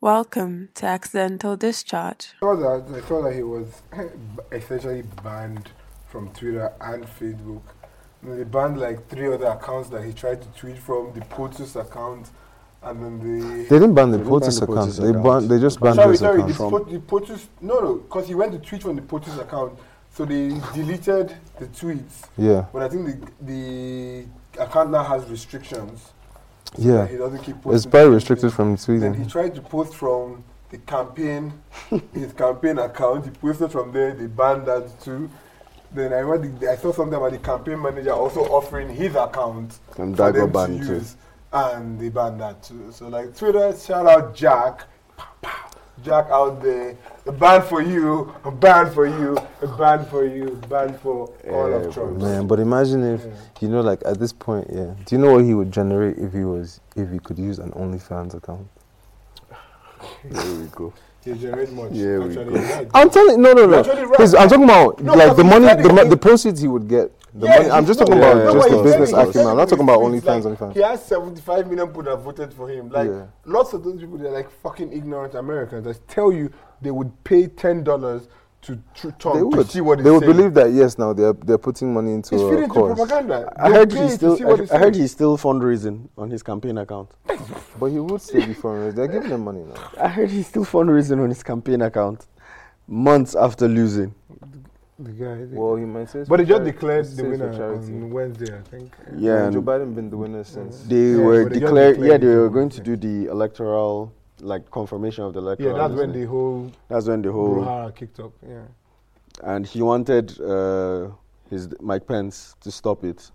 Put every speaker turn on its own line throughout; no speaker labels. Welcome to Accidental Discharge.
saw that I saw that he was essentially banned from Twitter and Facebook. And they banned like three other accounts that he tried to tweet from, the POTUS account, and then the
They didn't ban the
They didn't ban
POTUS
the
account.
POTUS
They
account.
ban. They just banned
sorry,
his
sorry, the,
account.
from-
po- the POTUS no no, because he went to tweet from the POTUS account, so they deleted the tweets.
Yeah,
But I think the the account now has restrictions. so that
yeah.
he doesn't keep posting.
It's probably
things.
restricted from
Then he
tweeting.
tried to post from the campaign, his campaign account. He posted from there. They banned that too. Then I read. The, I saw something about the campaign manager also offering his account
And
for
that
them
got
to
banned too.
use, and they banned that too. So like Twitter, shout out Jack, Pow, pow. Jack out there. A ban for you, a ban for you, a ban for you, a ban for all
Yeah,
of Trump.
Man, but imagine if
Yeah.
you know, like at this point, yeah. Do you know what he would generate if he was if he could use an OnlyFans account?
There we go.
He generate much.
Yeah, we
actually,
go.
you're right.
I'm telling no, no,
You're
no.
actually right.
Please, I'm talking about
No,
like the
because
money,
he's
the, mo-
telling-
the proceeds he would get. The
Yeah,
money. I'm
he's-
just talking
no,
about
no,
no,
just
he's
the
he's
telling
business
me- he's
acumen. I'm
telling
not
me
talking about
it's like
OnlyFans,
He
OnlyFans.
has 75 million people that voted for him. Like,
Yeah.
lots of those people, they're like fucking ignorant Americans. I tell you, they would pay $10 to tr- Trump
They would.
to see what
They would
saying.
believe that yes, now they're they're putting money into
He's feeding
a
to
cause.
propaganda.
I
They
heard
pay
he's
to see
still.
what
I, I
saying.
heard he's still fundraising on his campaign account.
But he would still be foreigners. They're giving them money now.
I heard he's still fundraising on his campaign account, months after losing.
The guy, the-
Well, he might say. it's
but
for
they just
charity.
declared
It
the
says for
winner
charity.
on Wednesday, I think.
Yeah,
Joe
and
Biden been the winner since.
they
Yeah,
were
but they just
declared. Yeah,
declared
they
it
were
on
going to do
Wednesday.
the electoral, like confirmation of the electoral.
Yeah, that's when
isn't it?
the whole
That's when the whole.
brouhaha kicked up. Yeah.
and he wanted uh, his Mike Pence to stop it.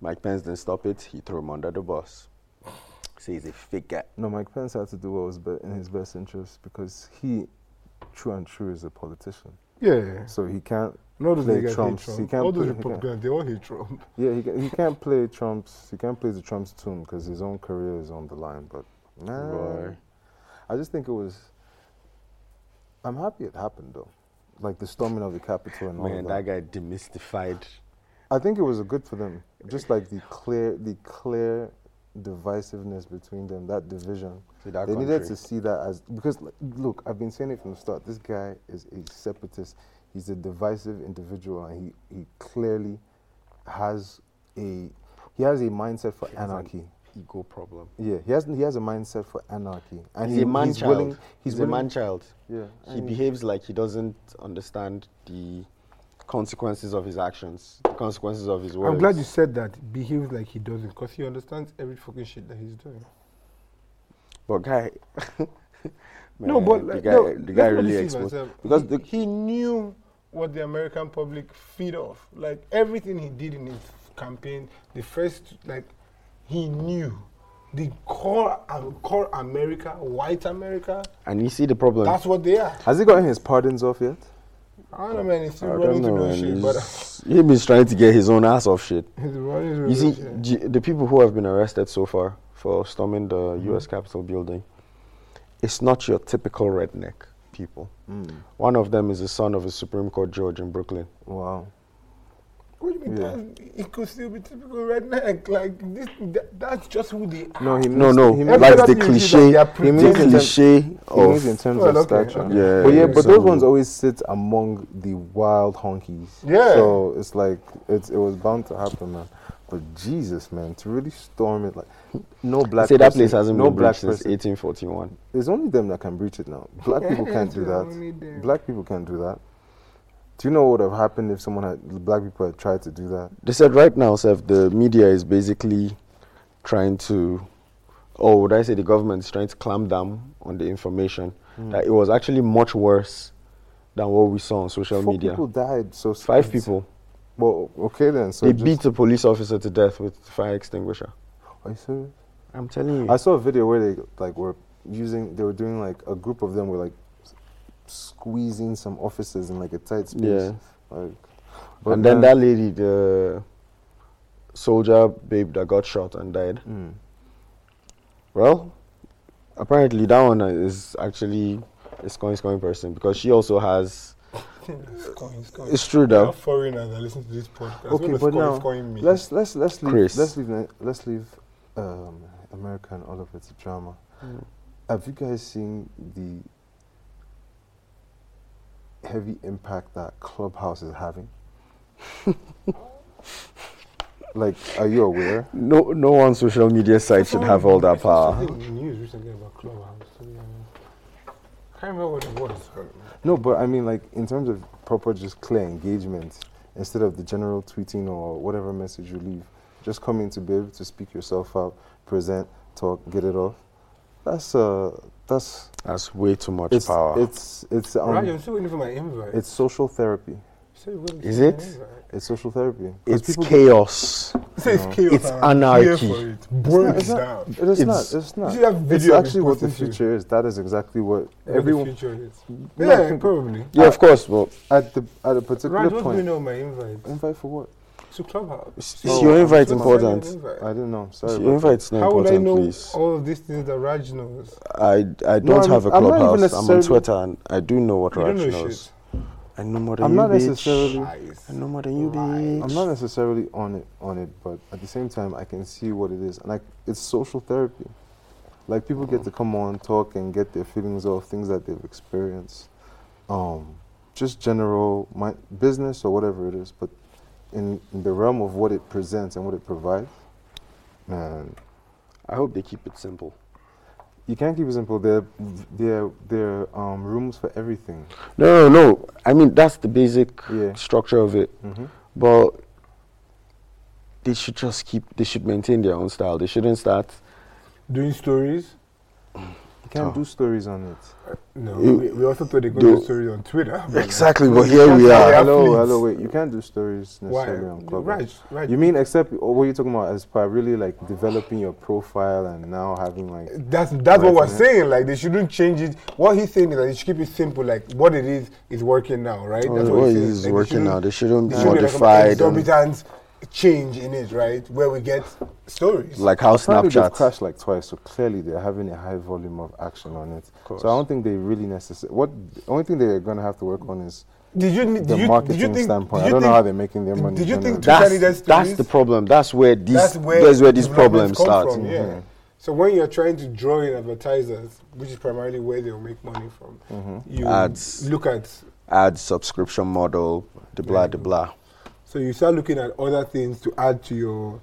Mike Pence didn't stop it. He threw him under the bus. So he's a fake guy.
No, Mike Pence had to do what was be- in his best interest because he, true and true, is a politician.
Yeah, yeah.
So he can't.
No, those
Play
niggas hate
Trumps. He
Trump.
can't
All those
play- he can't.
Republicans, they all hate Trump.
Yeah, he, ca- he can't play Trump's. He can't play the Trump's tune because his own career is on the line. But nah,
Right.
I just think it was. I'm happy it happened though, like the storming of the Capitol
Oh,
and all
Man,
of
that
that.
guy demystified.
I think it was good for them. Just like the clear, the clear divisiveness between them, that division.
See, that
they needed
country.
to see that as because like, look, I've been saying it from the start. This guy is a separatist. He's a divisive individual, and he, he clearly has a he has a mindset for
has an-
anarchy.
Ego problem.
Yeah, he has he has a mindset for anarchy, and
he's
he-
a man
he's
child.
willing.
he's
willing,
a man child.
Yeah,
He
and
behaves like he doesn't understand the consequences of his actions, the consequences of his words.
I'm glad you said that. Behaves like he doesn't, because he understands every fucking shit that he's doing.
But guy.
no,
Man,
but
the
like,
guy,
no,
the guy
let's put
really
this in
exposed.
myself.
because
he,
the-
he knew what the American public feed off. Like everything he did in his campaign, the first like he knew the core and core America, white America.
And you see the problem.
That's what they are.
has he gotten his pardons off yet?
I don't know, man. He's still
I
running
don't
to
know,
do
man.
shit, but
He's, he is trying to get his own ass off shit.
he's running to
You
do
see,
shit.
g- the people who have been arrested so far for storming the
Mm-hmm.
U.S. Capitol building, it's not your typical redneck people.
Mm.
One of them is the son of a Supreme Court judge in Brooklyn.
Wow.
What do you mean?
Yeah.
That's, it could still be typical redneck. Like this, that, that's just who they are.
No, he
No,
means-
no,
He means,
Every
like the
time you see
cliche,
that,
they are
the
pretending.
cliche
he means in
of
terms
Well,
of
okay,
stature.
okay.
yeah.
But yeah, but those
so-
ones always sit among the wild honkies.
Yeah.
So it's like it's it was bound to happen, man. But Jesus, man, to really storm it like no black.
Say that
person-
place hasn't
no
been
black
breached since
person.
1841.
There's only them that can breach it now. Black people can't do that. Black people can't do that. Do you know what would have happened if someone had black people had tried to do that?
They said right now, Seth, the media is basically trying to, or would I say the government is trying to clamp down on the information that it was actually much worse than what we saw on social
Four
media.
people died. So
Five people.
Well, okay then. So
they
just-
beat a police officer to death with fire extinguisher.
Are you serious?
I'm telling you.
I saw a video where they like were using they were doing like a group of them were like s- squeezing some officers in like a tight space.
Yeah.
Like,
and then that lady, the soldier babe that got shot and died.
Mm.
Well, apparently that one is actually a scoring scoring person because she also has.
It's coin, it's coin.
It's true
There are
though.
foreigners that listen to this podcast.
Okay,
what
but
does coin-
now,
coin mean?
let's let's let's leave
Chris. Hmm.
let's leave Ni- let's leave um, America and all of its drama. Have you guys seen the heavy impact that Clubhouse is having? like, are you aware?
No, no one social media site should have all that power.
Something in the news recently about Clubhouse. To be honest. Can't remember what it was.
No, but I mean, like, in terms of proper, just clear engagement, instead of the general tweeting or whatever message you leave, just coming to be able to speak yourself out, present, talk, get it off. That's uh, that's
That's way too much
it's
power.
it's it's um,
Raj, I'm still waiting for my invite.
it's social therapy.
Still waiting
Is
for my
it?
invite.
It's social therapy. 'Cause
it's chaos.
Say It's, chaos,
It's
I'm here
anarchy.
for it. Burn
It's
it
not.
down.
It is not.
It's-
It's not.
see that
It's
video I've been
actually what the
posting to you?
future is. That is exactly what
What the
everyone
future is.
No, I
Yeah,
think-
probably.
Yeah, of course, but
at the at a particular
Raj, what's going
point.
on with my invite?
Invite for what?
To Clubhouse.
Is your invite important?
I didn't know. I'm sorry.
your
about that.
invite's not
How would I
important,
know
please.
all of these things that Raj knows?
I, I don't
No, I'm-
have a
I'm not even
clubhouse. I'm on
necessarily-
Twitter and I do know what
You
Raj
don't know
knows.
shit.
I know more than
I'm
you,
not
bitch.
necessarily.
Lies.
I know more than you,
Right.
bitch.
I'm not necessarily on it on it, but at the same time, I can see what it is, and I, it's social therapy. Like people get to come on, talk, and get their feelings off things that they've experienced, um, just general mi- business or whatever it is. But in, in the realm of what it presents and what it provides, man,
I hope they keep it simple.
you can't keep it simple. There, there, there are um, rooms for everything.
No, no, no. I mean, that's the basic
Yeah.
structure of it.
Mm-hmm.
But they should just keep, they should maintain their own style. They shouldn't start.
Doing stories?
You can't
Oh.
do stories on it.
No.
You-
we, we also thought they could
do-
do stories on Twitter. but, like,
but
here we are.
Hello,
Athletes.
hello. Wait, you can't do stories
Why?
necessarily on Clubhouse.
Raj, Raj.
You mean except or what you talking about as per really like developing your profile and now having like
That's that's what we're
Right.
saying. Like they shouldn't change it. What he's saying is that they should keep it simple. Like what it is is working now, right?
Well,
that's
Oh,
what
he's
it
saying.
is
Like, they
working now. They shouldn't
there should be,
modify
Like an
them.
exorbitant change in it, right? Where we get stories.
Like how
Probably they've
Snapchat.
crashed like twice, so clearly they're having a high volume of action on it. So I
course.
don't think they really necessarily. What the only thing they're going to have to work on is
did you did
the
you,
marketing
did you think,
standpoint.
Did
I
you
don't
think,
know how they're making their money.
did you think
generally.
Twitter
That's,
leaders
that's
stories?
the problem. That's where these, that's where, these
developments
problems
come
start. Mm. Mm-hmm.
From, Yeah. So when you're trying to draw in advertisers, which is primarily where they'll make money from, you
Mm-hmm. Ads.
look at.
Ad subscription model, the blah, the blah.
So you start looking at other things to add to your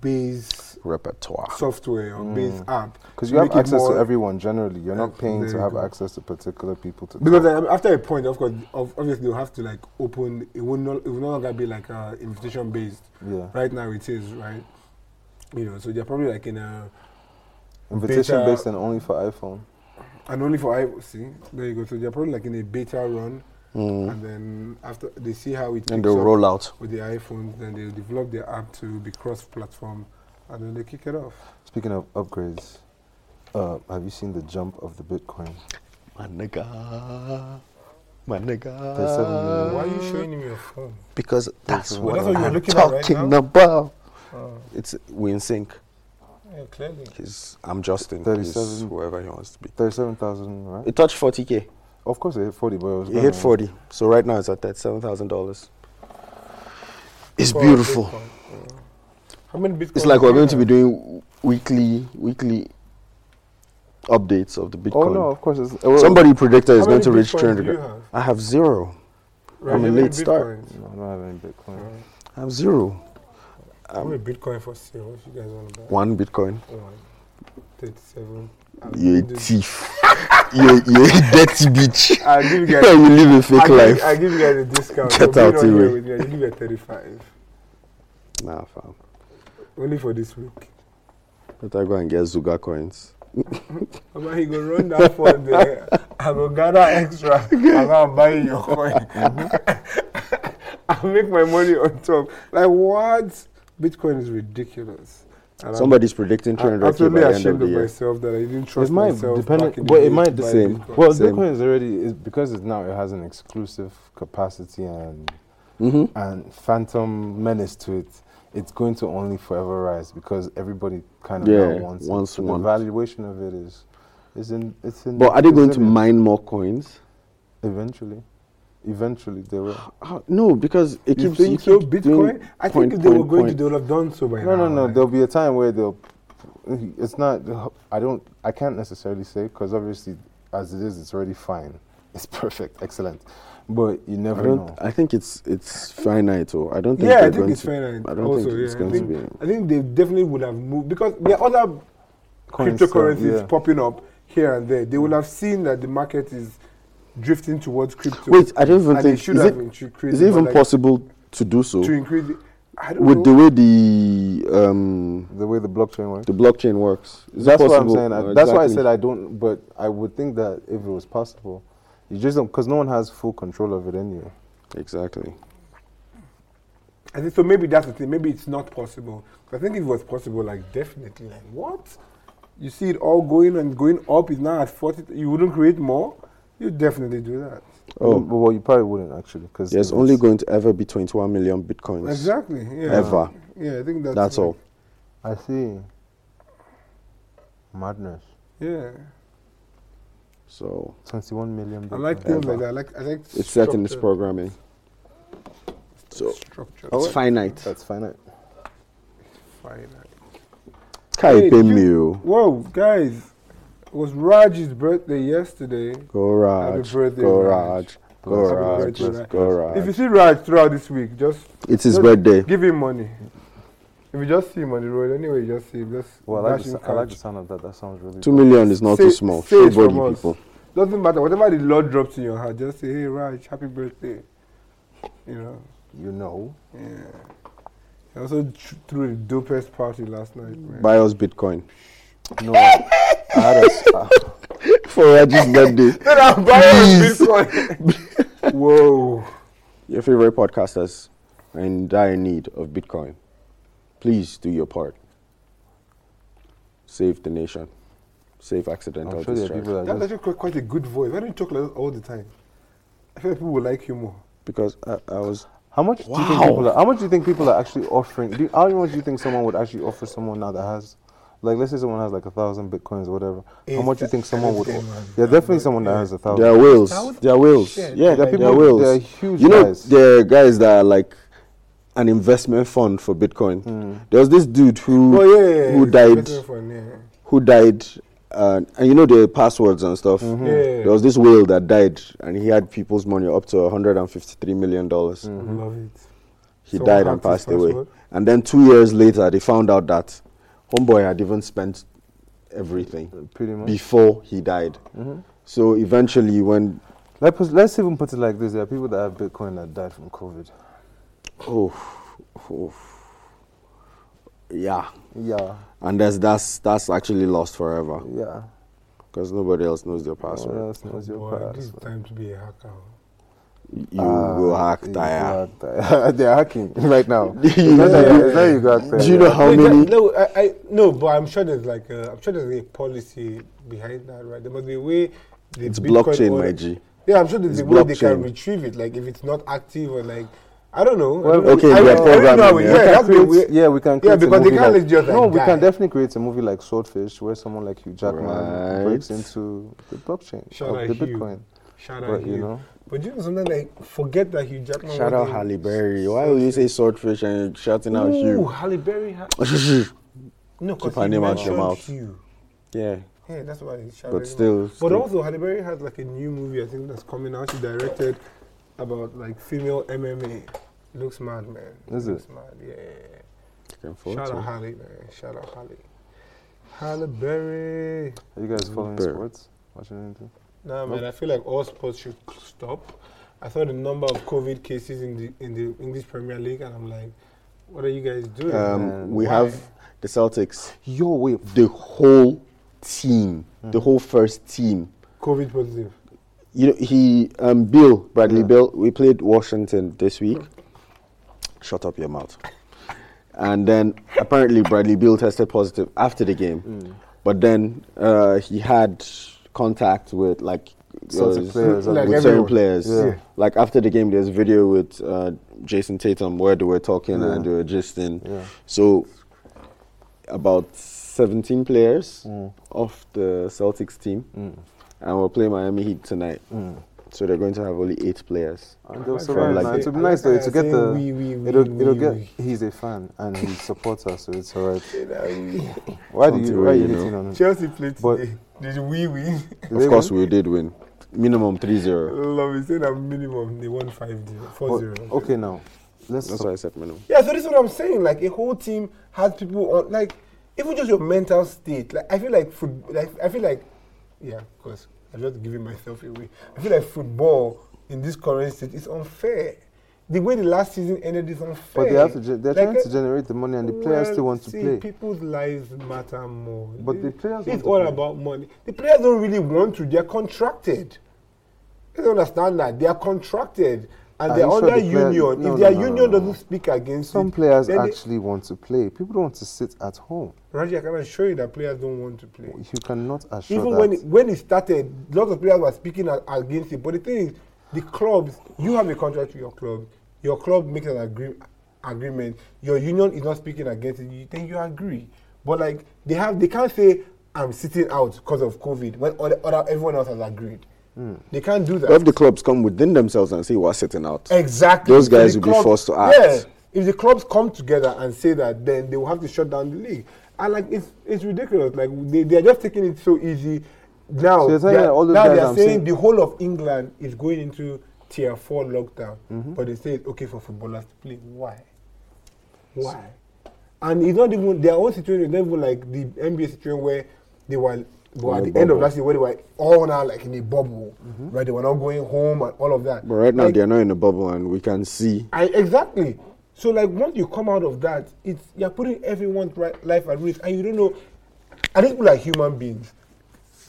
base
Repertoire.
software or base
Mm.
app
because
to
you have
make it
access to
more-
everyone generally, you're not
Yeah,
paying
there
to
you
have
go.
access to particular people to.
Because um, after a point, of course, of, obviously you'll have to like open. It will not. It will no longer be like uh, invitation based.
yeah,
Right now it is right. You know, so they're probably like in a
invitation
beta-
based and only for iPhone.
and only for I see. There you go. So they're probably like in a beta run,
Mm.
and then after they see how it picks
And they'll
up
roll out.
with the iPhones, then they'll develop their app to be cross-platform, and then they kick it off.
Speaking of upgrades, uh, have you seen the jump of the Bitcoin?
My nigga. My
There's seven million.
nigga.
Why are you showing him your phone?
Because that's
Well,
what
that's what you're
I'm
looking at right
talking
now?
about.
Oh,
It's we in sync.
yeah, clearly.
He's I'm Justin. He's
37.
whoever he wants to be.
Thirty-seven thousand, right?
It touched 40k.
Of course, it hit 40, but it was
It
better
hit
than-
40. So right now it's at that seven thousand dollars. It's
For
beautiful.
Bitcoin, yeah. How many Bitcoin?
It's like we're
do you
going to
have?
be doing weekly weekly updates of the
Oh,
Bitcoin.
no, of course. It's, well,
Somebody predicted it's
How
going
many
to reach
Bitcoins
300.
do you
gra-
have?
I have zero.
Right,
I'm a
how many
late start.
Bitcoins?
No, I don't have any Bitcoin.
Alright.
I have zero.
How
Um,
many Bitcoin for sale? If you guys want to buy.
one Bitcoin.
One. 37.
You're a thief. you're, you're a dirty bitch.
I give you guys.
you live a
I
fake
give,
life.
I give you guys a discount.
Get
You're
out
being on
the
here
way.
with me. I give you a 35.
Nah, fam.
Only for this week.
Better go and get Zuga coins.
I'm going to run that for there. I'm going to gather extra. I'm going to buy you your coin. I make my money on top. Like, what? Bitcoin is ridiculous. And I'm
Somebody's predicting
I'm
300k by
absolutely
the end of
ashamed
the
of
year.
myself that I didn't
It
trust
might,
myself.
depending,
back in the
well,
day
it might,
to buy
same.
Bitcoin.
well,
Same.
Bitcoin is already, is because it's now, it has an exclusive capacity and,
hmm
and phantom menace to it. It's going to only forever rise because everybody kind of
Yeah,
now wants it.
wants
So
one.
The valuation of it is, is in, it's in.
But are they going to
resilient.
mine more coins?
Eventually. Eventually, they will.
Uh, no, because it
You
keeps.
think
it
so?
keeps doing
Bitcoin? I think
point,
if they were
point,
going
point.
to, they would have done so by now.
No, no, no.
like-
There'll be a time where they'll it's not. I don't. I can't necessarily say because obviously, as it is, it's already fine. It's perfect, excellent. But you
I
never know.
don't. I think it's it's finite. Or I don't think.
yeah,
they're
I think
going
it's
to-
finite.
I don't
also,
think it's
yeah.
going
I
to
think,
be.
I think they definitely would have moved because there are other
Coins,
cryptocurrencies
yeah.
popping up here and there. They would have seen that the market is drifting towards crypto.
Wait, I don't even
and
think.
they
Is
should have
it,
increased.
is it
but,
even
like,
possible to do so
to increase? It. I don't
with
know.
the way the um,
The way the blockchain works.
the blockchain works? Is
that's
it
what I'm
possible?
saying. I,
Uh,
That's why I
exactly.
said I don't. But I would think that if it was possible, you just don't because no one has full control of it anyway.
Exactly.
I think so. Maybe that's the thing. Maybe it's not possible. 'Cause I think if it was possible, like definitely, like what? You see it all going and going up. It's now at forty. You wouldn't create more. You definitely do that.
Oh.
But- well, you probably wouldn't actually because
There's only going to ever be 21 million bitcoins.
Exactly. Yeah.
Ever.
Yeah, I think that's.
That's, all.
I see. Madness.
Yeah.
So
Twenty-one million.
I like
Bitcoin.
things
Ever.
like that. I like I like
it's set in its
structure-
programming. So
Structure.
it's finite.
That's finite.
Fine.
Kai
Hey,
pay
you-
me. oh.
Whoa, guys! It was Raj's birthday yesterday.
Go Raj.
birthday,
Go
Raj.
Raj. Go
Happy
Raj.
birthday, Raj.
Go
If you
Raj.
see Raj throughout this week, just
It's his
just
birthday.
Give him money. If you just see him on the road, anyway, you just see him. Just
Well, I like,
dash
the,
him
s- I like the
cash.
sound of that. That sounds really.
Two
dope.
million is not
Say-
too small.
say
Show
it from
body
us.
people.
Doesn't matter. Whatever the Lord drops in your heart, just say, "Hey, Raj, happy birthday." You know.
You know.
Yeah. I also tr- threw the dopest party last night, man.
Buy us Bitcoin
No. I had a s- uh,
for Raj's birthday.
Then I'll buy us Bitcoin. Whoa.
Your favorite podcasters are in dire need of Bitcoin. Please do your part. Save the nation. Save accidental
I'm sure there are
discharge.
people that
That's
just.
actually quite, quite a good voice. Why don't you talk like that all the time? I feel like people will like you more.
Because I, I was
How much do you think people are? How much do you think people are actually offering? Do you, how much do you think someone would actually offer someone now that has, like, let's say someone has like a thousand bitcoins or whatever? how
It's
much do you
the-
think someone would?
it's
o-
them, man.
Yeah, definitely someone that has a thousand.
There are whales.
Thousand?
There are whales.
Shit.
Yeah,
There
there
are
are
people-
whales.
there are huge
you know,
guys.
there are guys that are like an investment fund for Bitcoin.
Hmm.
There was this dude who
Oh yeah, yeah,
who
it's
died
better Fun, yeah.
who died, uh, and you know the passwords and stuff.
Mm-hmm. Yeah.
There was this whale that died, and he had people's money up to 153 million dollars.
Love it.
He
Someone
died and
hacked his
passed away.
password?
And then two years later, they found out that homeboy had even spent everything
Pretty
Mm-hmm.
much.
before he died. So eventually, when
Like, pos- let's even put it like this: there are people that have bitcoin that died from COVID.
Oh, oh. yeah.
Yeah,
And that's that's that's actually lost forever
yeah.
because nobody else knows their
Password.
password.
else knows your
Boy, this is
password?
time to be a hacker. oh.
Uh, You
Ah,
go
uh,
hack
you
tire.
go hack tire. They're hacking right now.
You
It's not that
know-
you- it's not you go hack tire,
Do you
yeah.
know how
Wait,
many?
that- No, I, I no, but I'm sure there's like a, I'm sure there's a policy behind that, right? There must be a way. The
It's
Bitcoin
blockchain,
owner-
my G.
Yeah, I'm sure there's
It's
a way they can
blockchain.
retrieve it, like if it's not active or like I don't know. I
Well,
don't know.
okay,
I,
they are
I don't know. how
programming,
it-
yeah.
Yeah,
We can
We
that's
create-
the way-
yeah, we can.
yeah,
create a
because they
movie
can't
like-
let just
No,
like
we can
die.
definitely create a movie like Swordfish, where someone like Hugh Jackman
Right.
breaks into the blockchain
Shout out
of the
Hugh.
Bitcoin.
Shout out,
But you
Hugh.
know,
But you know something like forget that Hugh Jackman.
Shout
was
out
in-
Halle Berry. Why will you say swordfish and you're shouting out
Ooh,
Hugh?
Halle Berry. Ha- no,
Keep
because
her
he
name out
mentioned
your mouth.
Hugh.
yeah,
Yeah, that's why. he shouted
but
him out.
still,
But
still
also, Halle Berry has like a new movie I think that's coming out. She directed about like female MMA. Looks mad, man.
Is it?
Looks mad. Yeah. yeah,
looking
yeah.
forward
Shout out
to.
Halle, man. Shout out Halle. Halle Berry.
are you guys following
Bear.
sports? Watching anything?
Nah, man. I feel like all sports should c- stop. I saw the number of COVID cases in the in the English Premier League, and I'm like, what are you guys doing?
it. Um, we
Why?
have the Celtics.
Yo, wait.
The whole team,
Hmm.
the whole first team
COVID positive.
you know, he um, Bill Bradley
Yeah.
Hmm.
Bill. We played Washington this week. Shut up your mouth. And then apparently Bradley Bill tested positive after the game,
Hmm.
but then uh, he had contact with like
Celtic
uh,
players
Like
with
everyone.
certain players.
Yeah. Yeah.
Like after the game, there's video with uh, Jason Tatum where they were talking
Yeah.
and they were gisting.
Yeah.
So about 17 players
Mm.
of the Celtics team,
Mm.
and we'll play Miami Heat tonight.
Mm.
So they're going to have only eight players.
And they'll
Like
survive,
I
man.
say-
It'll be nice though.
I
It'll get
say
the.
we, we, we,
It'll, it'll
we,
get.
we.
He's a fan and he supports us, so it's alright.
Yeah,
Why do
Something
you? Why are
where
you
you
hitting on him?
Chelsea played
But-
today. Did we win?
Did
Of
they
course,
win?
we did win. Minimum 3 0.
Love it. Say that minimum they won 5 0, 4 0.
Oh, okay, now let's.
That's why I said minimum.
Yeah, so this is what I'm saying. Like a whole team has people on. Like even just your mental state. Like I feel like food. Like I feel like, yeah, of course. I'm just giving myself away. I feel like football in this current state is unfair. The way the last season ended is unfair.
But they have to. Ge- they're
Like,
trying
uh,
to generate the money, and the players
well,
still want to
see,
play.
People's lives matter more.
But the players want
It's
to
all
play.
about money. The players don't really want to. They're contracted. You don't understand that they are contracted and
Are
they're
you sure
under
the player-
union.
No,
if
no,
their
no, no,
union
no, no.
doesn't speak against
Some
it,
players
then they-
actually want to play. People don't want to sit at home.
Raji, I can assure you that players don't want to play.
You cannot assure
Even
that.
when it, when it started, lots of players were speaking a- against it. But the thing is, the clubs, you have a contract with your club. Your club makes an agree, agreement. Your union is not speaking against it. You think you agree, but like they have, they can't say I'm sitting out because of COVID when other, other everyone else has agreed. They can't do that.
But if the clubs come within themselves and say we're sitting out,
Exactly.
Those
So
guys
the
will be forced to act.
Yeah. If the clubs come together and say that, then they will have to shut down the league. And like it's it's ridiculous. Like they, they are just taking it so easy. Now
So you're telling
they are-
me all those
now
guys
they are
I'm
saying
saying-
the whole of England is going into tier four lockdown,
Mm-hmm.
but they say it's okay for footballers to play. Why? Why? And it's not even their own situation. It's not even like the NBA situation where they were. They were
In
at
a
the end of
bubble. Mm-hmm.
last year, where they were all now like in a bubble, right? They were not going home and all of that.
but right now
Like,
they're not in a bubble and we can see.
I exactly. So like once you come out of that, it's you're putting everyone's right, life at risk, and you don't know. I think people are human beings.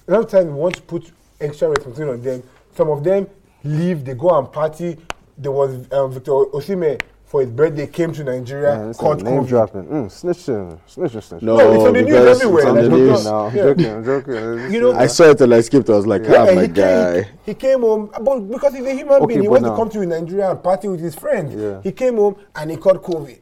A lot of times we want to put extra responsibility on them. Some of them leave, they go and party. There was um, Victor Osime for his birthday came to Nigeria,
Man, it's
caught
like name
COVID.
dropping. Mm, snitching, snitching, snitching.
No,
No, it's on the news
because
everywhere.
it's on
I'm
the
Like,
news.
no.
joking now. I'm
Yeah.
joking. I'm joking. It's
You
just-
know,
I saw it and I skipped. I was like, ah,
Yeah,
my
he
guy.
Came, he came home, but because he's a human
Okay,
being, he
but
wants to
now-
come to Nigeria and party with his friends.
Yeah.
He came home and he caught COVID.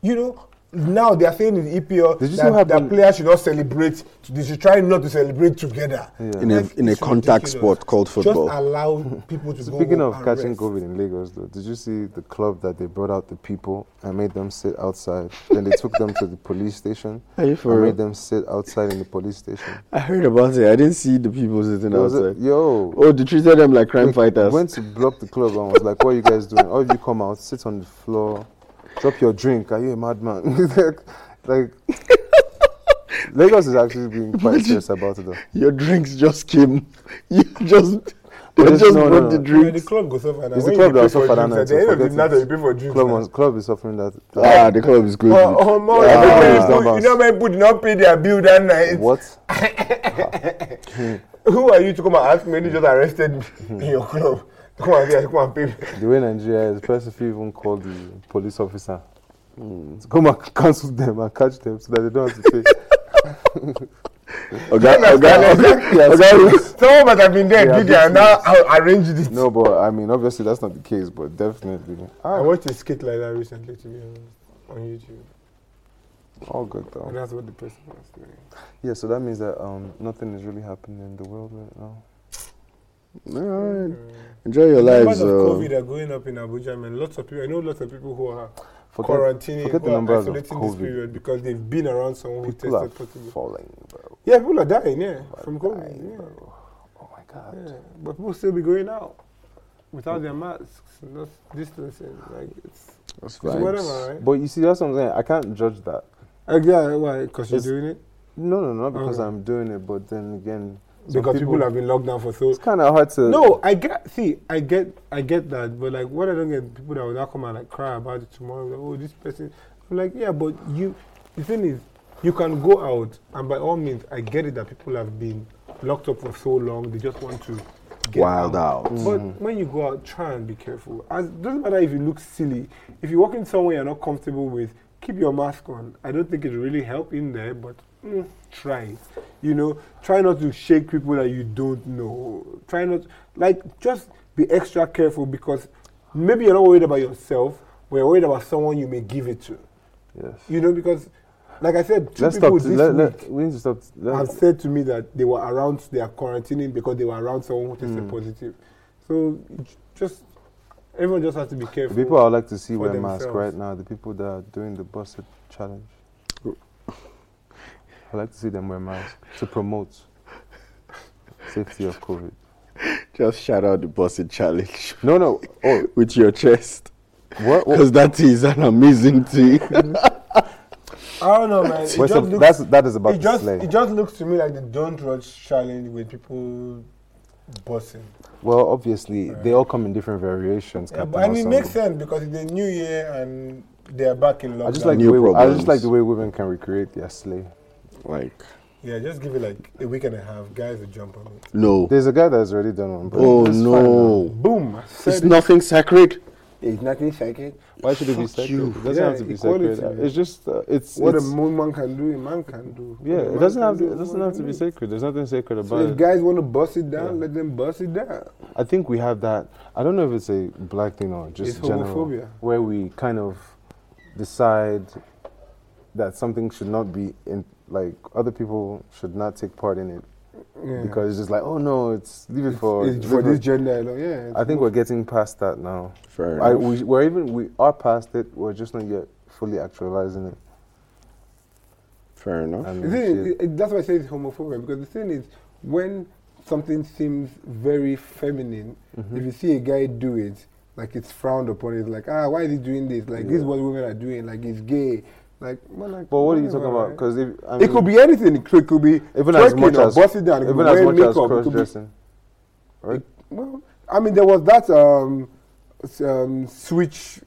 You know, now they are saying in the EPL
Did you see
that,
what
that
happened-
players should not celebrate. They should try not to celebrate together.
In a- in a
it's
contact sport called football.
Just allow people to go
Speaking
home
of
and
catching
rest.
COVID in Lagos, though, did you see the club that they brought out the people and made them sit outside? then they took them to the police station
Are you for
and
real?
made them sit outside in the police station.
I heard about it. I didn't see the people sitting
There was a-
outside.
yo,
Oh, they treated them like crime
Like,
fighters.
Went to block the club and was like, "What are you guys doing? All of you come out, sit on the floor, drop your drink. Are you a madman?" like, like, Lagos is actually being quite serious about it. Though.
Your drinks just came. You just they
But it's-
just
no, no,
brought
no.
the
When the
drinks.
club goes off and
It's the club that suffered that night,
At the
so
end of the
forget
night,
it.
you pay for drinks.
Club,
now.
was, club is suffering that.
Ah, the club is good.
Oh, oh, man,
Ah,
you know
it's
people-
numbers.
you know, many people did not pay their bill that night.
what?
Who are you to come and ask me when you just arrested me
Hmm.
in your club? Come and say, come and pay me.
The way Nigeria is, person if you even call the police officer. to come and cancel them and catch them so that they don't have to pay. oh,
Oga, Oga, Oga,
They are
Oga,
Someone must have been there,
Yeah,
did they? And
this
now I arranged it.
no, but I mean, obviously that's not the case, but definitely. Ah,
I watched a skit like that recently, to be honest, on YouTube.
All good
And
though.
that's what the person was doing.
Yeah, so that means that um, nothing is really happening in the world right now.
Alright. Enjoy your
numbers
lives.
of COVID
Uh,
are going up in Abuja, man. Lots of people, I know lots of people who are
Forget-
quarantining,
forget the
who are
numbers of
isolating this
COVID.
period because they've been around someone who
People are
tested positive.
falling, bro.
Yeah, people are dying, yeah, from
People are
COVID.
dying,
yeah.
bro. Oh my god.
Yeah, but people still be going out without their masks, not distancing. Like it's,
that's
it's whatever,
vibes.
right?
But you see, that's what I'm saying. I can't judge that.
Uh, yeah, why? Because you're
It's-
doing it.
No, no, not because
Okay.
I'm doing it, but then again, some
Mm. Because people, have been locked down for so.
It's kind of hard to.
No, I get. See, I get. I get that. But like, what I don't get, people that will now come and like cry about it tomorrow. Like, oh, this person. I'm like, yeah, but you. The thing is, you can go out, and by all means, I get it that people have been locked up for so long. They just want to get
Wild out.
Mm. Mm-hmm.
But when you go out, try and be careful. As doesn't matter if you look silly. If you walk in somewhere you're not comfortable with, keep your mask on. I don't think it really help in there, but mm, try it. You know, try not to shake people that you don't know. Try not like just be extra careful because maybe you're not worried about yourself, but you're worried about someone you may give it to.
Yes.
You know, because like I said, 2
Let's stop.
people
This
this
let,
week
let, we need to stop. Let, Hmm.
have said to me that they were around, they are quarantining because they were around someone who tested positive. So j- just everyone just has to be careful.
people I would like to see
for
wear masks
themselves.
right now, the people that are doing the busted challenge. I'd like to see them wear masks to promote safety of COVID.
Just shout out the busted challenge
No, no. Oh,
with your chest.
what? what
Because that tea is an amazing tea.
I don't know, man. It
what's
just
up?
looks,
that's that is about
it just
slay.
it just looks to me like the don't rush challenge with people bossing.
Well, obviously, they all come in different variations.
Yeah,
Captain
but, and it
Awesome.
makes sense because it's a new year and they are back in lockdown.
I just like
New
the way, I just
problems.
like the way women can recreate their slay.
like,
yeah, just give it like a week and a half. Guys will jump on it.
no.
There's a guy that's already done one. but
Oh,
it's fine now.
no.
Boom. I said
It's
it.
nothing sacred.
It's nothing sacred.
Why should it be
Fuck
sacred?
you.
It doesn't
Yeah,
have to be
equality,
sacred.
man.
It's just uh, it's
What a
it's,
moon man can do, a man can do.
yeah.
What a
It
man
doesn't
can
have
do,
to,
a
it doesn't
woman
have to
can
be
do.
sacred. There's nothing sacred
So
about
if
it.
guys want to bust it down,
Yeah.
let them bust it down.
I think we have that. I don't know if it's a black thing or just
it's
general,
homophobia.
where we kind of decide that something should not be in, like other people should not take part in it
Yeah.
because it's just like, oh no, it's leave it
it's
for.
for,
leave
it's
it
for this gender alone. Yeah.
I think we're getting past that now.
Fair
I,
enough.
we, we're even we are past it. We're just not yet fully actualizing it.
Fair enough.
And
The thing is,
shit.
it, it- that's why I say it's homophobia because the thing is, when something seems very feminine,
Mm-hmm.
if you see a guy do it, like it's frowned upon. It's like, ah, why is he doing this? Like this is
Yeah.
what women are doing. Like it's gay. Like, well, like
but what are you
whatever,
talking about?
right?
Because if I
it could be anything. It could, could be
even as
twerking
much
or
as
busting down. It could
even
be
as
wearing
much as
makeup. It
cross
could be
dressing. right?
Well, I mean, there was that um, s- um, switch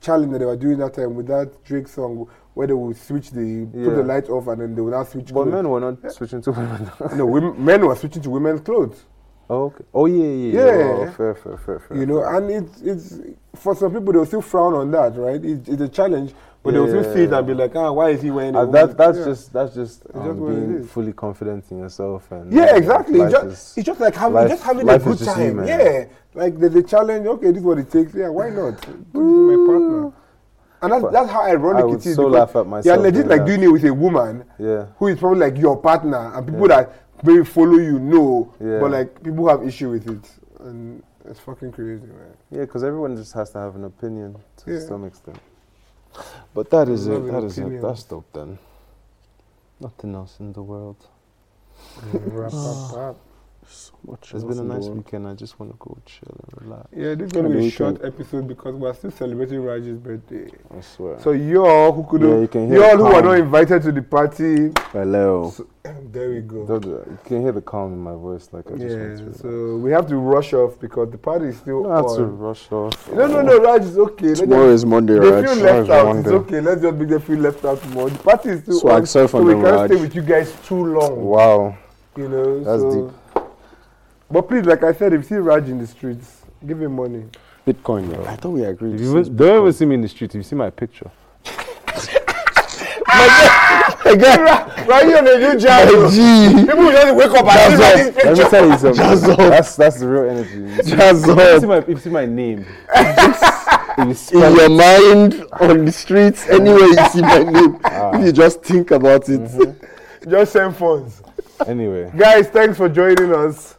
challenge that they were doing that time with that Drake song where they would switch the put
Yeah.
the light off and then they would not switch.
But
clothes.
men were not switching to women.
no, women, men were switching to women's clothes.
Oh, okay. Oh yeah, yeah, yeah.
Yeah.
Wow, fair, fair, fair, fair.
you know,
fair.
and it's it's for some people they'll still frown on that, right? It's, it's a challenge, but they'll still see it
Yeah.
and be like, ah, why is he wearing a
Uh,
woman's-
that that's
yeah.
just that's just, um,
just what it
being
is.
fully confident in yourself and knowing
Yeah,
that
exactly. It's
life
just,
is-
it's just like having
life-
just having a
life is
good
just you,
time.
man.
yeah, like there's a challenge. Okay, this is what it takes. Yeah, why not? This is my partner. And that's,
But
that's how ironic
I would
it is.
so
because
laugh at
You're
myself
legit
doing
like
that.
doing it with a woman
yeah.
who is probably like your partner, and people
Yeah.
that maybe follow you know,
Yeah.
but like people have issue with it, and it's fucking crazy, man.
Yeah, because everyone just has to have an opinion to
Yeah.
some extent. But that is it.
Love an
That is it.
opinion.
That's dope then. Nothing else in the world.
Wrap up, up.
So much
It's
else
been a
in the
nice
world.
weekend. I just want to go chill and relax.
Yeah, this is gonna
Can
be a
we
short episode because we're still celebrating Raj's birthday.
I swear.
So y'all who
Yeah,
couldn't,
you can hear
y'all
the
who were
calm.
not invited to the party,
Hello.
there we go.
Don't do that. You can hear the calm in my voice. Like I just
Yeah,
want to.
so we have to rush off because the party is still
You don't have to
on.
rush off.
No, no, no, Raj is okay. Let
Tomorrow
them-
is Monday,
they
right?
feel
Tomorrow is
left out. It's
Monday.
okay. Let's just make them feel left out tomorrow. The party is still
So
on,
accept
so
from
we
them,
can't
Raj.
stay with you guys too long.
Wow.
You know,
That's
so- But please, like I said, if you see Raj in the streets, give him money.
Bitcoin. yeah. I thought we agreed.
If you even, don't ever see me in the street. If you see my picture.
Right, you're on a new job.
G.
People just wake up
That's
and
all.
see
Let me
this picture.
tell you something.
Jazz up.
That's that's the real energy. You see-
Jazz
if you see
up.
my, if you see my name. if you
In
spell
your mind, on the streets, anywhere you see my name,
Ah.
if you just think about it.
Mm-hmm. Just send phones.
it. Anyway.
Guys, thanks for joining us.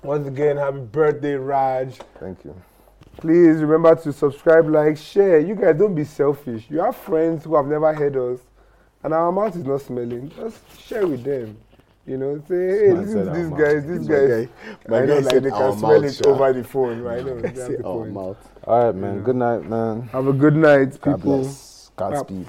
Once again, happy birthday, Raj.
Thank you.
Please remember to subscribe, like, share. You guys don't be selfish. You have friends who have never heard us, and our mouth is not smelling. Just share with them. You know, say, hey,
man
listen to
said
these
our
guys,
mouth.
these
My
guys.
guy- my
I
guy
know, like
said
they
our
can smell
mouth,
it
yeah.
over the phone. I know. That's
Say
the
our
point.
mouth.
All right, man. Good night, man.
Have a good night,
God
people.
bless. Godspeed.